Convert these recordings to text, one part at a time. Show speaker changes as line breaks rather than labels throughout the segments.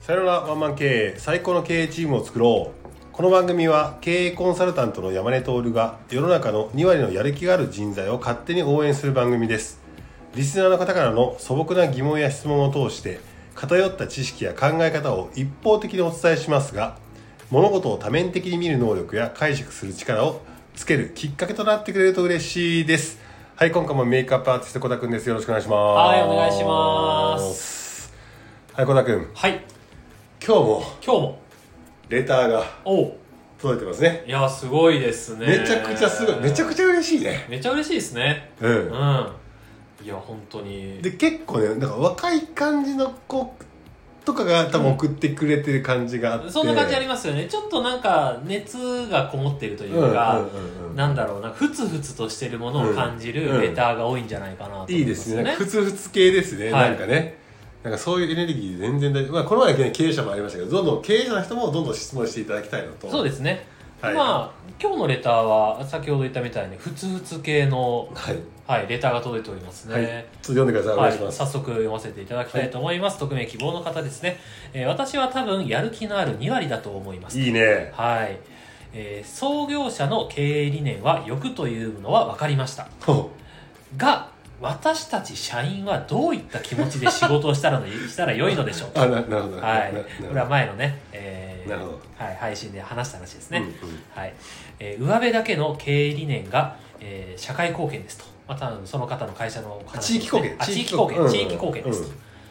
さよならワンマン経営最高の経営チームを作ろうこの番組は経営コンサルタントの山根徹が世の中の2割のやる気がある人材を勝手に応援する番組ですリスナーの方からの素朴な疑問や質問を通して偏った知識や考え方を一方的にお伝えしますが物事を多面的に見る能力や解釈する力をつけるきっかけとなってくれると嬉しいですはい今回もメイクアップアーティスト小田くんですよろしくお願いします
はいお願いします
はい小田くん
はい
今日も
今日も
レターが
おう
届いてますね
いやすごいですね
めちゃくちゃすごいめちゃくちゃ嬉しいね
めちゃ嬉しいですね
う
うん
ん
いや本当に
で結構ねなんか若い感じの子とかが多分送ってくれてる感じがあって
そんな感じあり
ま
ますよねちょっとなんか熱がこもってるというか、なんだろうなふつふつとしてるものを感じ
うんうん
るレターが多いんじゃないかなと思
いいですねなんか
ま
ふつふつ系ですね、
はい
なんかねなんかそういうエネルギー全然大丈夫、まあ、この前ね経営者もありましたけどどんどん経営者の人もどんどん質問していただきたいのと
そうですすね、
はい
まあ今日のレターは先ほど言ったみたいにふつふつ系の、
はい、
はい、レターが届いておりますね、
はいちょっと読んでください、お
はい、
願いします
早速読ませていただきたいと思います、匿名希望の方ですね、えー私は多分やる気のある2割だと思います
いいね
はい、えー創業者の経営理念は欲というのは分かりました
ほ
が私たち社員はどういった気持ちで仕事をし たらのしたら良いのでしょう
う
か
あななるほど
はい
なな
これは前のね、えー
なるほ
はい、配信で話した話ですね、
うんうん
はいえー、上辺だけの経営理念が、えー社会貢献ですと、まあ、多分その方の会社の話ですね
あ
あ
地
地
域
域
貢
貢
献
献
地
地
域
域
貢
貢
献
献ですと、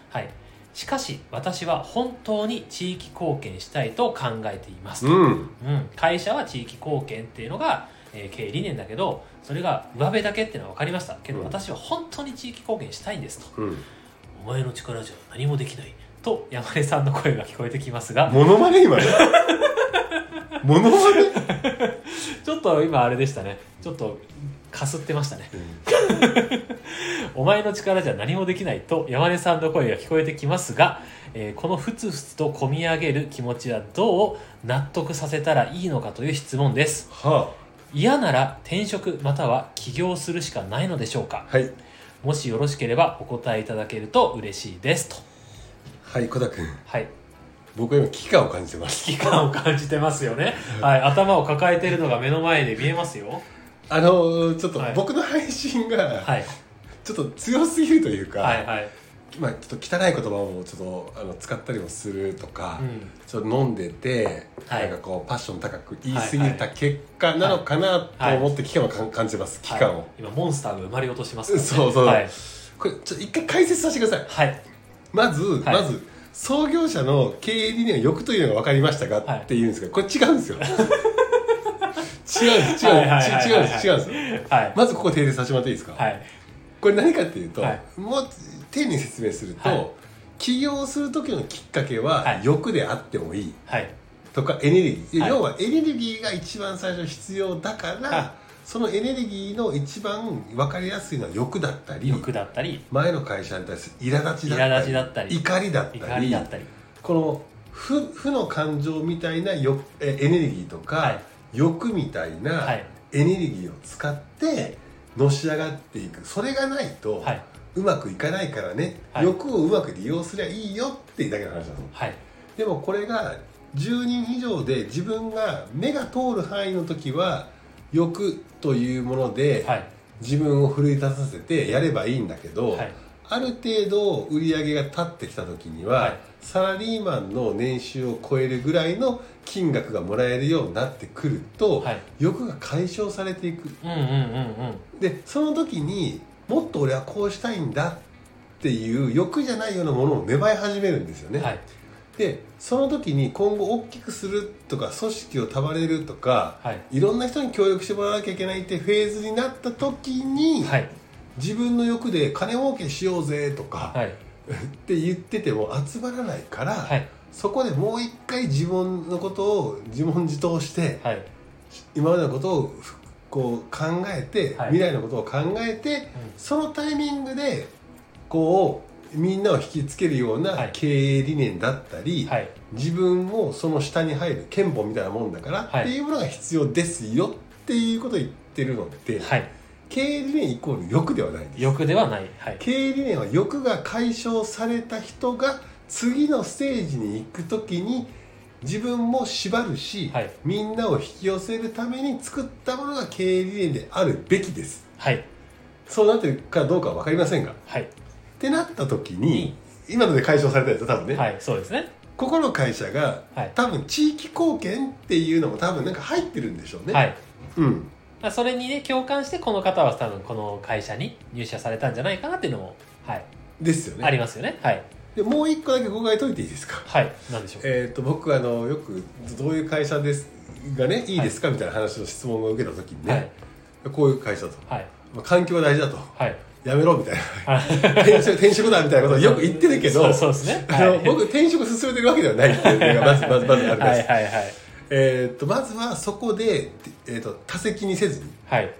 はい、しかし私は本当に地域貢献したいと考えていますと、
うん
うん会社は地域貢献っていうのが、えー経営理念だけどそれが上辺だけっていうのは分かりましたけど、
うん
私は本当に地域貢献したいんですと
うん
お前の力じゃ何もできないと山根さんの声が聞こえてきますが
モノマネ今ね モノマネ
ちょっと今あれでしたねちょっとかすってましたねお前の力じゃ何もできないと山根さんの声が聞こえてきますが、えーこのふつふつと込み上げる気持ちはどう納得させたらいいのかという質問です
は
嫌なら転職または起業するしかないのでしょう
あ
か
はい
もしよろしければお答えいただけると嬉しいですと
はい小田君
はい
僕は今危機感を感じてます
危機感を感じてますよねはい頭を抱えてるのが目の前で見えますよ
あのーちょっと
はい
僕の配信が
はい
ちょっと強すぎるというか、
はいはい
まあ、ちょっと汚い言葉をちょっとあの使ったりもするとか、
うん
ちょっと飲んでて、
はい
なんかこうパッション高く言い過ぎた結果なのかなと
はい
思って危機感をかん感じます危機感を、
はい今モンスターが生まれようとしてますからね
そうそう
はい、
これちょっと一回解説させてください
はい、
まず、
はい
まず創業者の経営理念は欲というのが分かりましたか、
はい
って言うんですけどこれ違うんです よ違うんです違
は
う
いはいはいはい
違うんです違うんですよ
はい
まずここ訂正させてもらっていいですか、
はい
これ何かっていうと、
はい
もう丁寧に説明すると、
はい
起業する時のきっかけ
は
はい欲であってもいい
はい
とかエネルギー、
はい
要はエネルギーが一番最初必要だから、
はい
そのエネルギーの一番分かりやすいのは欲だったり
欲だったり
前の会社に対する苛立ちだったり
苛立ちだったり
怒りだったり
怒りだったり
この負負の感情みたいな欲えエネルギーとか、
はい
欲みたいな
はい
エネルギーを使ってのし上がっていくそれがないと
はいう
まくいかないからね、
はい
欲をうまく利用すりゃいいよっていうだけの話だと思
はい、
うでもこれが10人以上で自分が目が通る範囲の時は欲というもので
はい
自分を奮い立たせてやればいいんだけど、
はい
ある程度売り上げが立ってきた時には、
はい
サラリーマンの年収を超えるぐらいの金額がもらえるようになってくると、
はい
欲が解消されていく
うんうんうんうん
でその時にもっと俺はこうしたいんだっていう欲じゃないようなものを芽生え始めるんですよね、
はい
でその時に今後大きくするとか組織を束ねるとか
はい
いろんな人に協力してもらわなきゃいけないってフェーズになった時に、
はい
自分の欲で金儲けしようぜとか、
はい
って言ってても集まらないから、
はい
そこでもう一回自分のことを自問自答して
はい
今までのことをふこう考えて、
はい
未来のことを考えて、そのタイミングでこうみんなを引きつけるよう
は
ない経営理念だったり、
はい
自分をその下に入る憲法みたいなもんだから、
はい
っていうものが必要ですよっていうことを言ってるので、
はい
経営理念イコール欲ではないんです
欲ではないはい
経営理念は欲が解消された人が次のステージに行く時に自分も縛るし、
はい
みんなを引き寄せるために作ったものが経営理念であるべきです
はい
そうなってるかどうかは分かりませんがっ
はい
てなった時に、今ので解消されたやつ多分ね、
はいそうですね
ここの会社が、
はい
多分地域貢献っていうのも多分なんか入ってるんでしょうね、
はい
うん
まあそれにね共感してこの方は多分この会社に入社されたんじゃないかなっていうのもはい
ですよね
ありますよねはい
でもう一個だけ誤解解いていいですか
はいなんでしょう
えー、と僕あのよくどういう会社ですがねいいですか、みたいな話の質問を受けた時にね、
はい
こういう会社だと、
はい
まあ、環境が大事だと
はい
やめろみたい
あ
な転職転職だみたいなことをよく言ってるけど
そうそうですね
あの
はい
僕転職進めてるわけではないっていうのがまずまずまずあります、
はいはいはい
えー、とまずはそこで、えー、と多席にせずに
はい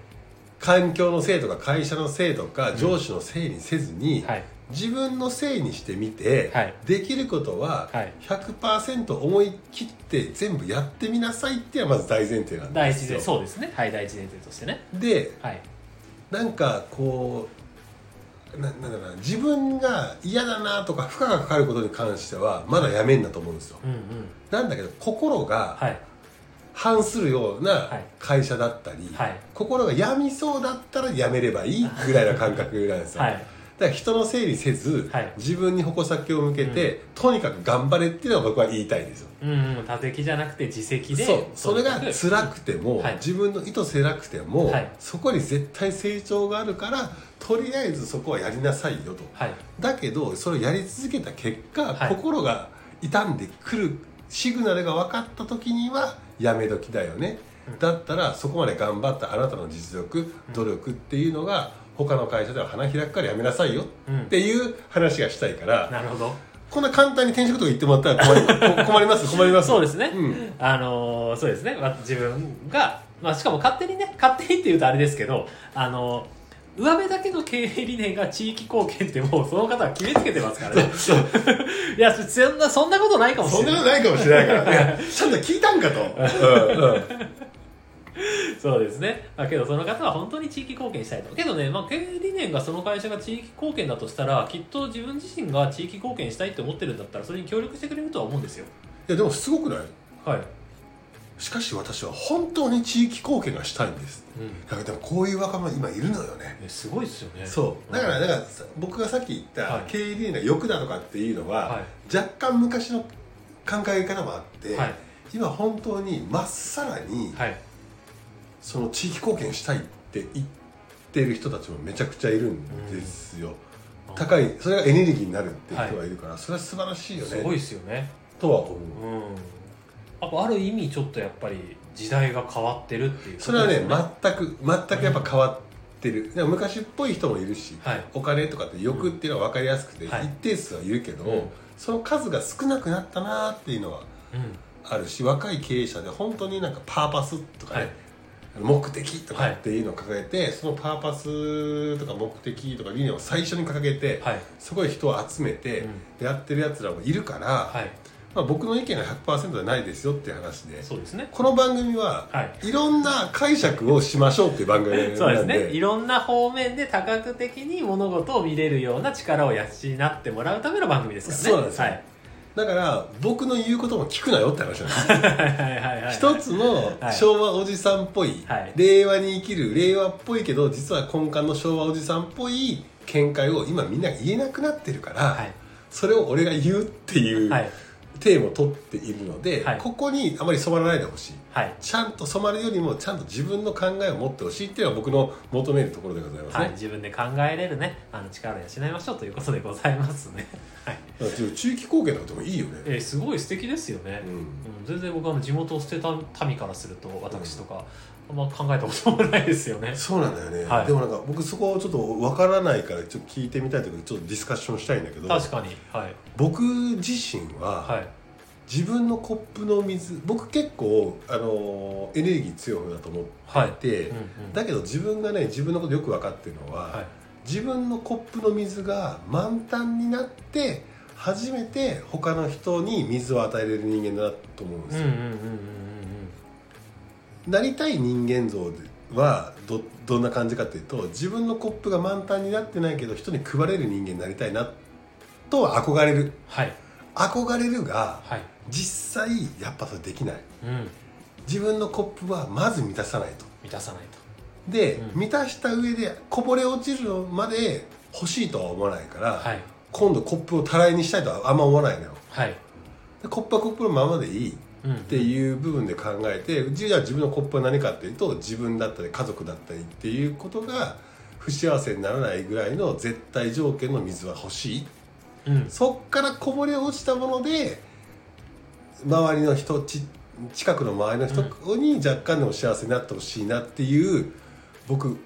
環境のせいとか会社のせいとか上司のせいにせずに、
はい
自分のせいにしてみて、
はい
できることは
はい
100%思い切って全部やってみなさいっていうのはまず大前提なん
第
で
一
す
で
よ
そうですねはい第一前提としてね
で
はい
なんかこうななんだろうな自分が嫌だなとか負荷がかかることに関してはまだやめんだと思うんですよ
うんうん
なんだけど心が
はい
反するような会社だったり、
はい
心が病みそうだったらやめればいいぐらいな感覚なんですよ、
はい
だから人のせいにせず、
はい
自分に矛先を向けて、とにかく頑張れっていうのが僕は言いたいんですよ
うんうん他責じゃなくて自責で
そうそれが
とにかく
辛くても、
はい
自分の意図せなくても、
はい
そこに絶対成長があるからとりあえずそこはやりなさいよと
はい
だけどそれをやり続けた結果、
はい
心が傷んでくるシグナルが分かった時にはやめ時だよね、
うん
だったらそこまで頑張ったあなたの実力努力っていうのが他の会社では花開くからやめなさいよ
うん
っていう話がしたいから、
なるほど
こんな簡単に転職とか言ってもらったら困り 困ります困ります
そうですね、
うん
あのーそうですね、まあ、自分が、まあ、しかも勝手にね勝手にっていうとあれですけどあのー上辺だけの経営理念が地域貢献ってもうその方は決めつけてますからね いやそんなそんなことないかもし
そん
れ
な
な
ことな
い
いかもしれない からねちゃんと聞いたんかと、うんうん
そうですね。だけど、その方は本当に地域貢献したいと。けどね、まあ、経営理念がその会社が地域貢献だとしたら、きっと自分自身が地域貢献したいって思ってるんだったら、それに協力してくれるとは思うんですよ。
いやでもすごくない
はい。
しかし私は本当に地域貢献がしたいんです
うん。
だからでもこういう若者今いるのよね
えすごいですよね。
そうだからだからさ僕がさっき言っ
は
た
い
経営理念が欲だとかっていうのは、
は
若干昔の考え方もあって、
はい
今本当にまっさらに
はい。
その地域貢献したいって言ってる人たちもめちゃくちゃいるんですよ、高いそれがエネルギーになるっていう人がいるから、それは素晴らしいよ
すごい
ね
ですよね。
とは思う
うん。やっぱある意味、ちょっとやっぱり時代が変わってるっていうことです
そ
よ、
れはね全く全くやっぱ変わってる、でも昔っぽい人もいるし、
はい。
お金とかって欲っていうのは分かりやすくて、
うんはい
一定数はいるけど、
うん
その数が少なくなったなっていうのは
うん。
あるし若い経営者で本当になんかパーパスとかね、
はい
目的とかっていうのを掲げて、そのパーパスとか目的とか理念を最初に掲げて、
はい。
すごい人を集めて
うん
やってるやつらもいるから、
はい。
まあ、僕の意見が100%じゃないですよっていう話で
そうですね。
この番組は、
はい。
い、ろんな解釈をしましょうっていう番組なんで
そうですね。いろんな方面で多角的に物事を見れるような力を養ってもらうための番組ですからね。
そうなんですよ
はい。
だから僕の言うことも聞くなよって話なんです
はいはいはい はい。
一つの
はい
昭和おじさんっぽい、
はい
令和に生きる令和っぽいけど実は根幹の昭和おじさんっぽい見解を今みんな言えなくなってるから、
はい。
それを俺が言うっていう
はい。
テーマを取っているので、
はい
ここにあまり染まらないでほしい
はい。
ちゃんと染まるよりもちゃんと自分の考えを持ってほしいっていうのが僕の求めるところでございます
はい。
ね、
自分で考えれるね、あの力を養いましょうということでございますね。はい。
だから中期貢献のこともいいよね、
えーすごい素敵ですよね。
う
うん
ん
全然僕はあの地元を捨てた民からすると私とか、あんま考えたこともないですよね。
そうなんだよね、
はい
でもなんか僕そこをちょっとわからないからちょっと聞いてみたいというかちょっとディスカッションしたいんだけど
確かに。はい。
僕自身は、
はい。
自分のコップの水僕結構、あのーエネルギー強い方だと思っ
はい。
て、
うんうん
だけど自分がね自分のことよく分かってるのは、
はい。
自分のコップの水が満タンになって初めて他の人に水を与えれる人間だと思うんです
うんうん
よ
うん、うんうん
なりたい人間像はどどんな感じかというと自分のコップが満タンになってないけど人に配れる人間になりたいなとは憧れる
うん。はい。
憧れるが
はい
実際やっぱそれできない
うん
自分のコップはまず満たさないと
満たさない
で、
うん
満たした上でこぼれ落ちるまで欲しいとは思わないから、
とはい
今度コップをたらいにしたいとはあんま思わないのよ
はい
でコップはコップのままでいいっ
うん
ていう部分で考えてじゃあ自分のコップは何かっていうと自分だったり家族だったりっていうことが不幸せにならないぐらいの絶対条件の水は欲しい
うん
そっからこぼれ落ちたもので周りの人ち近くの周りの人に若干でも幸せになってほしいなっていう僕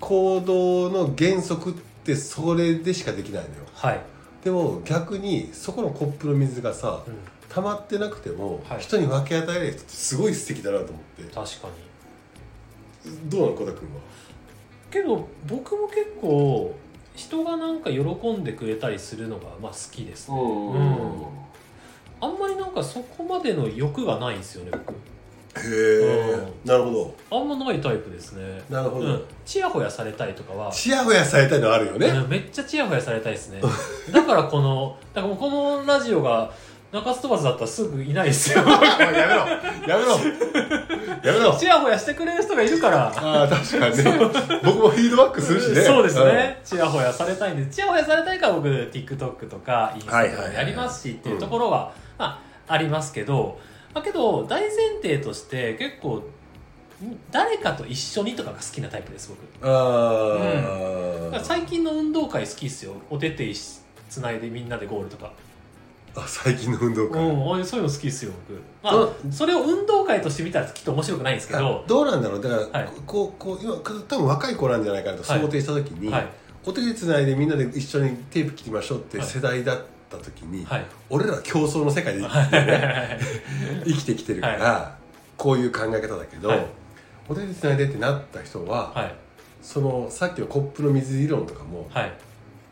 行動の原則ってそれでしかできないのよ
はい
でも逆にそこのコップの水がさ
うん
溜まってなくても
はい
人に分け与えられる人ってすごい素敵だなと思って
確かに
どうなの小田君は
けど僕も結構人がなんか喜んでくれたりするのがまあ好きですねうんあんまりなんかそこまでの欲がないんですよね僕
へえなるほど
あんまないタイプですね
なるほ
うん
ど
ちやほやされたりとかは
チヤホヤされたいのあるよね
うんめっちゃチヤホヤされたいですねだからこのだからもうこのラジオが中津飛ばずだったらすぐいないです よ
おいやめろやめろやめろ
チヤホヤしてくれる人がいるから
ああ確かにね僕もフィードバックするしね
そうですねチヤホヤされたいんでチヤホヤされたいから僕 TikTok とかインスタとかもやりますしっていうところは、まあ、ありますけど、まあ、けど大前提として結構誰かと一緒にとかが好きなタイプです僕
うんあ
だから
ー
最近の運動会好きっすよお手手つないでみんなでゴールとか、
あ最近の運動
う
会
ん、俺そういうの好きっすよ僕、
う
まあ、それを運動会として見たらきっと面白くないんですけ
あ
ど
どうなんだろうだから、
はい
こうこう今多分若い子なんじゃないかなと想定した時に、
はい
お手でつないでみんなで一緒にテープ切りましょうって
はい
世代だった時に、
はい
俺らは競争の世界で生きて,、 生きてきてるから、こういう考え方だけど、
はい
お手でつないでってなった人は、
はい
そのさっきのコップの水理論とかも
はい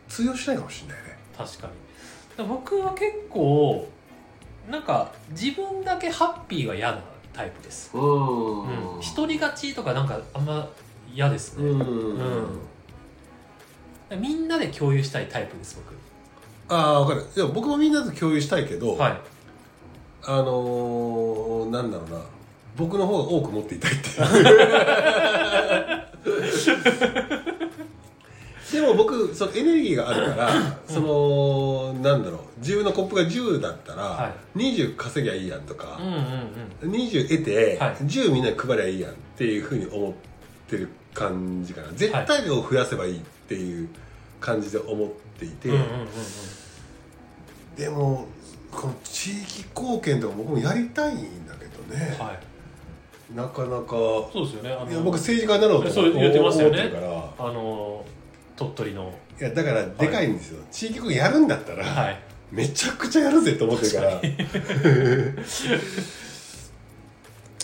通用しないかもしれないね
確かにだから僕は結構なんか自分だけハッピーは嫌なタイプです、
うん
うん、一人勝ちとかなんかあんま嫌ですね、だ
うん
うんからみんなで共有したいタイプです
ああ分かるいや僕もみんなと共有したいけど、
僕はい
あのー、なんだろうな僕の方が多く持っていたい っていうでも僕そのエネルギーがあるからそのなんだろう自分のコップが10だったら、
は
20稼ぎゃいいやんと
うんう
か、
んうん
20得て、
はい
10みんなに配りゃいいやんっていうふうに思ってる感じかな絶対量を増やせばいいっていう感じで思っていて、
うんうんうんうん
でもこの地域貢献とか僕もやりたいんだけどね、
はい
なかなか
そうですよねあ
いや僕
の
政治家になろうと
そう言ってましたよね
思ってるから
あの鳥取の
いやだからでかいんですよ、地域貢献やるんだったら、
はい
めちゃくちゃやるぜと思ってるから
確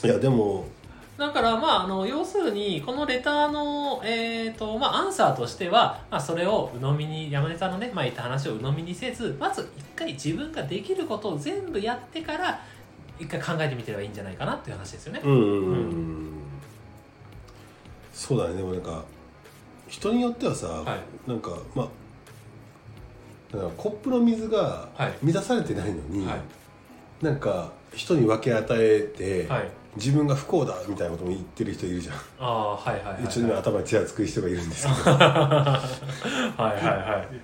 いやでも
だからまああの要するにこのレターの、えーとまあ、アンサーとしては、まあ、それを鵜呑みに山根さんのね、まあ、言った話を鵜呑みにせずまず一回自分ができることを全部やってから一回考えてみてればいいんじゃないかなっていう話ですよね。
うんうん、う、
うん
そうだねでもなんか人によってはさ、
は
なんかまあだからコップの水が
はい
満たされてないのに、
はい
なんか人に分け与えて、
はい
自分が不幸だみたいなことも言ってる人いるじゃん、
ああはいはいはいはい
一応今 頭にちらつく人がいるんですけど
はいはいはい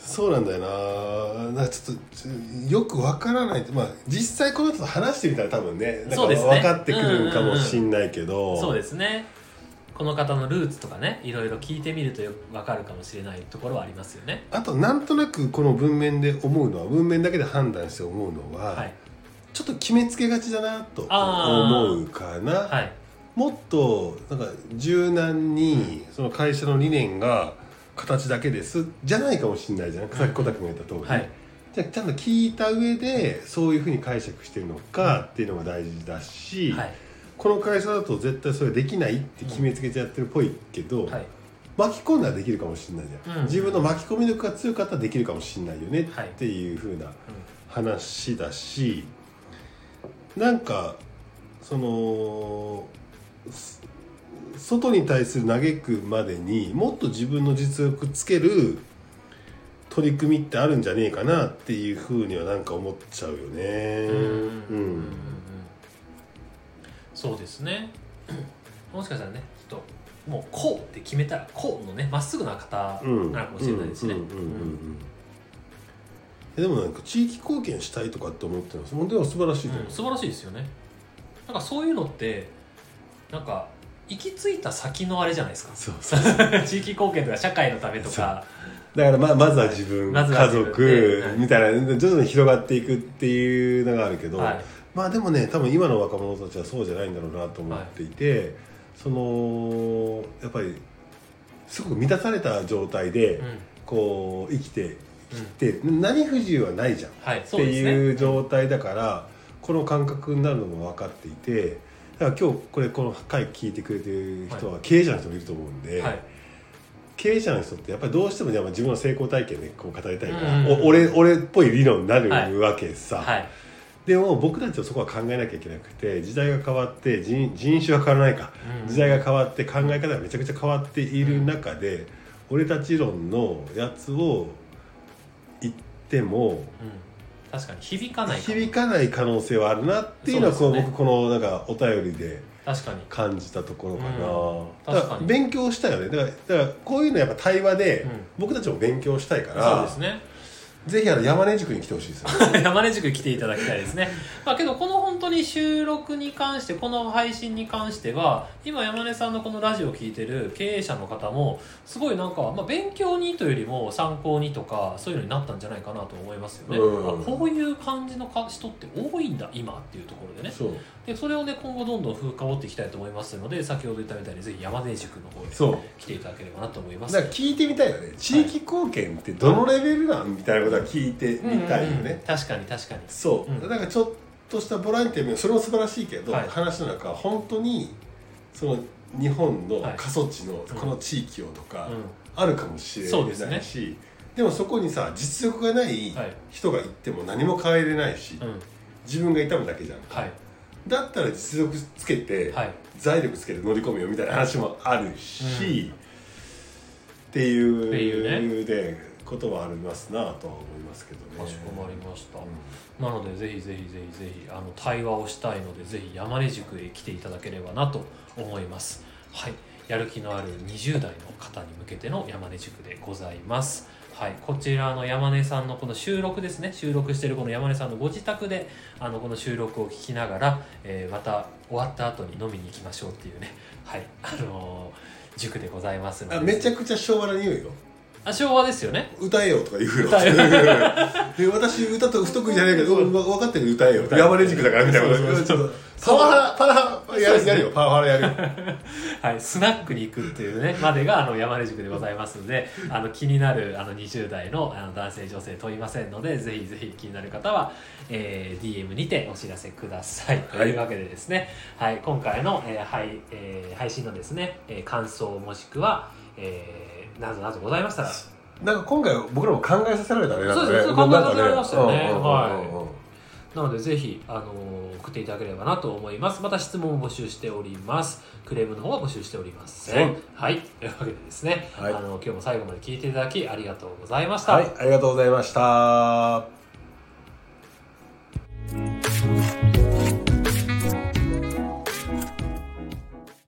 そうなんだよななんかちょっとちょよくわからないまあ実際この人と話してみたら多分ねなんか
そうですね
分かってくるかもしんないけど、
そうですねこの方のルーツとかねいろいろ聞いてみるとよくわかるかもしれないところはありますよね。
あとなんとなくこの文面で思うのは文面だけで判断して思うのは、
はい、
ちょっと決めつけがちだなと
あー
思うかな、
はい、
もっとなんか柔軟にその会社の理念が形だけですじゃないかもしれないじゃんさっき小田君が言った通り、
はい
じゃあちゃんと聞いた上でそういうふうに解釈してるのかっていうのが大事だし、
はい
この会社だと絶対それできないって決めつけちゃってるっぽいけど、
はい
巻き込んだらできるかもしれないじゃん、
うん
自分の巻き込み力が強かったらできるかもしれないよね
はい
っていう風な話だし、なんかそのす外に対する嘆くまでにもっと自分の実力つける取り組みってあるんじゃねえかなっていうふうにはなんか思っちゃうよねう
うんうん
ん
そうですねもしかしたらねちょっともうこうって決めたらこうのねまっすぐな方
うん
なのかもしれないですね
うんうんうんうんえでもなんか地域貢献したいとかって思ってますもんでも素晴らしいと思
うん素晴らしいですよねなんかそういうのってなんか行き着いた先のあれじゃないで すか
そうそうそう
地域貢献とか社会のためとか
だからままずは自分、
まずは
家
自分
族、
はい
みたいな徐々に広がっていくっていうのがあるけど、
はい
まあでもね多分今の若者たちはそうじゃないんだろうなと思っていて、そのやっぱりすごく満たされた状態で、
うんうん
こう生きてで何不自由はないじゃんっ
はいそ
て
うですね
いう状態だから、この感覚になるのも分かっていてだから今日これこの回聞いてくれてる人は経営者の人もいると思うんで、
はい
経営者の人ってやっぱりどうしてもやっぱ自分の成功体験でこう語りたいから、
うん
お俺俺っぽい理論になる
はい
わけさ、
はい
でも僕たちはそこは考えなきゃいけなくて時代が変わって人人種は変わらないか
うん
時代が変わって考え方がめちゃくちゃ変わっている中で、俺たち論のやつを言っても
うん確かに響かないかも
響かない可能性はあるなっていうのは
そ
こ
う
う
ですね
僕このなんかお便りで
確かに
感じたところか
う
な、だ
ん確
か
からに
勉強したよねだからだからこういうのやっぱ対話で
うん
僕たちも勉強したいか
そう
ら、
ですね
ぜひあの山根塾に来てほしいですよね
山根塾来ていただきたいですね。まあけどこの本当に収録に関して、この配信に関しては、今山根さんのこのラジオを聞いてる経営者の方も、すごいなんか、まあ勉強にというよりも参考にとか、そういうのになったんじゃないかなと思いますよね。
うん
あこういう感じのか人って多いんだ、今っていうところでね。
そう
で、それをね、今後どんどん深掘っていきたいと思いますので、先ほど言ったみたいにぜひ山根塾の方に
そう
来ていただければなと思います。
だから聞いてみたいよね地域貢献ってどのレベルなんみたいなことは聞いてみたいよね、
うんうんうん確かに確かに。
そう、
うん
だからちょっとしたボランティアもそれも素晴らしいけど、
はい
話の中は本当にその日本の過疎地の
うん
この地域をとか
う
あるかもしれ
そうです
な
ね
いし、でもそこにさ実力がない
ん。はい。
人が行っても何も変えれないし、
うん。
自分が痛むだけじゃん
はい。
だったら実力つけて、
はい。
財力つけて乗り込むよみたいな話もあるし、っていう
っていう
でことはありますなとは思いますけどね。
かしこまりました、
う
なのでぜひぜひぜひぜひあの対話をしたいのでぜひ山根塾へ来ていただければなと思いますはいやる気のある20代の方に向けての山根塾でございますはい、こちらの山根さんのこの収録ですね収録してるこの山根さんのご自宅であのこの収録を聞きながら、えーまた終わった後に飲みに行きましょうっていうねはいあのー塾でございますので
んあめちゃくちゃ昭和な匂いよ
あ昭和ですよね
歌えよとか言うよ
歌え
で私歌と不得意じゃないけどうんわ分かってる歌えよ
歌えよ
山根塾だからみたいなことちょっとパワハラパワハラやるやるよパワハラやるよ
はい、スナックに行くっていうね、までが、あの、山根塾でございますので、あの、気になる、あの、20代の、あの、男性、女性問いませんので、ぜひぜひ気になる方は、えー DM にてお知らせください。というわけでですね、はい、今回の、えー配、えー配信のですね、えー感想もしくは、えーなどなどございましたら、
なんか今回僕らも考えさせられたねなんかね
そうですね考えさせられましたよね
なんか
はい
うんうんうんうん
なのでぜひ、あのー送っていただければなと思います。また質問を募集しております。クレームの方は募集しておりません。はい。というわけでですね、
はい
あの今日も最後まで聞いていただきありがとうございました。
はいありがとうございました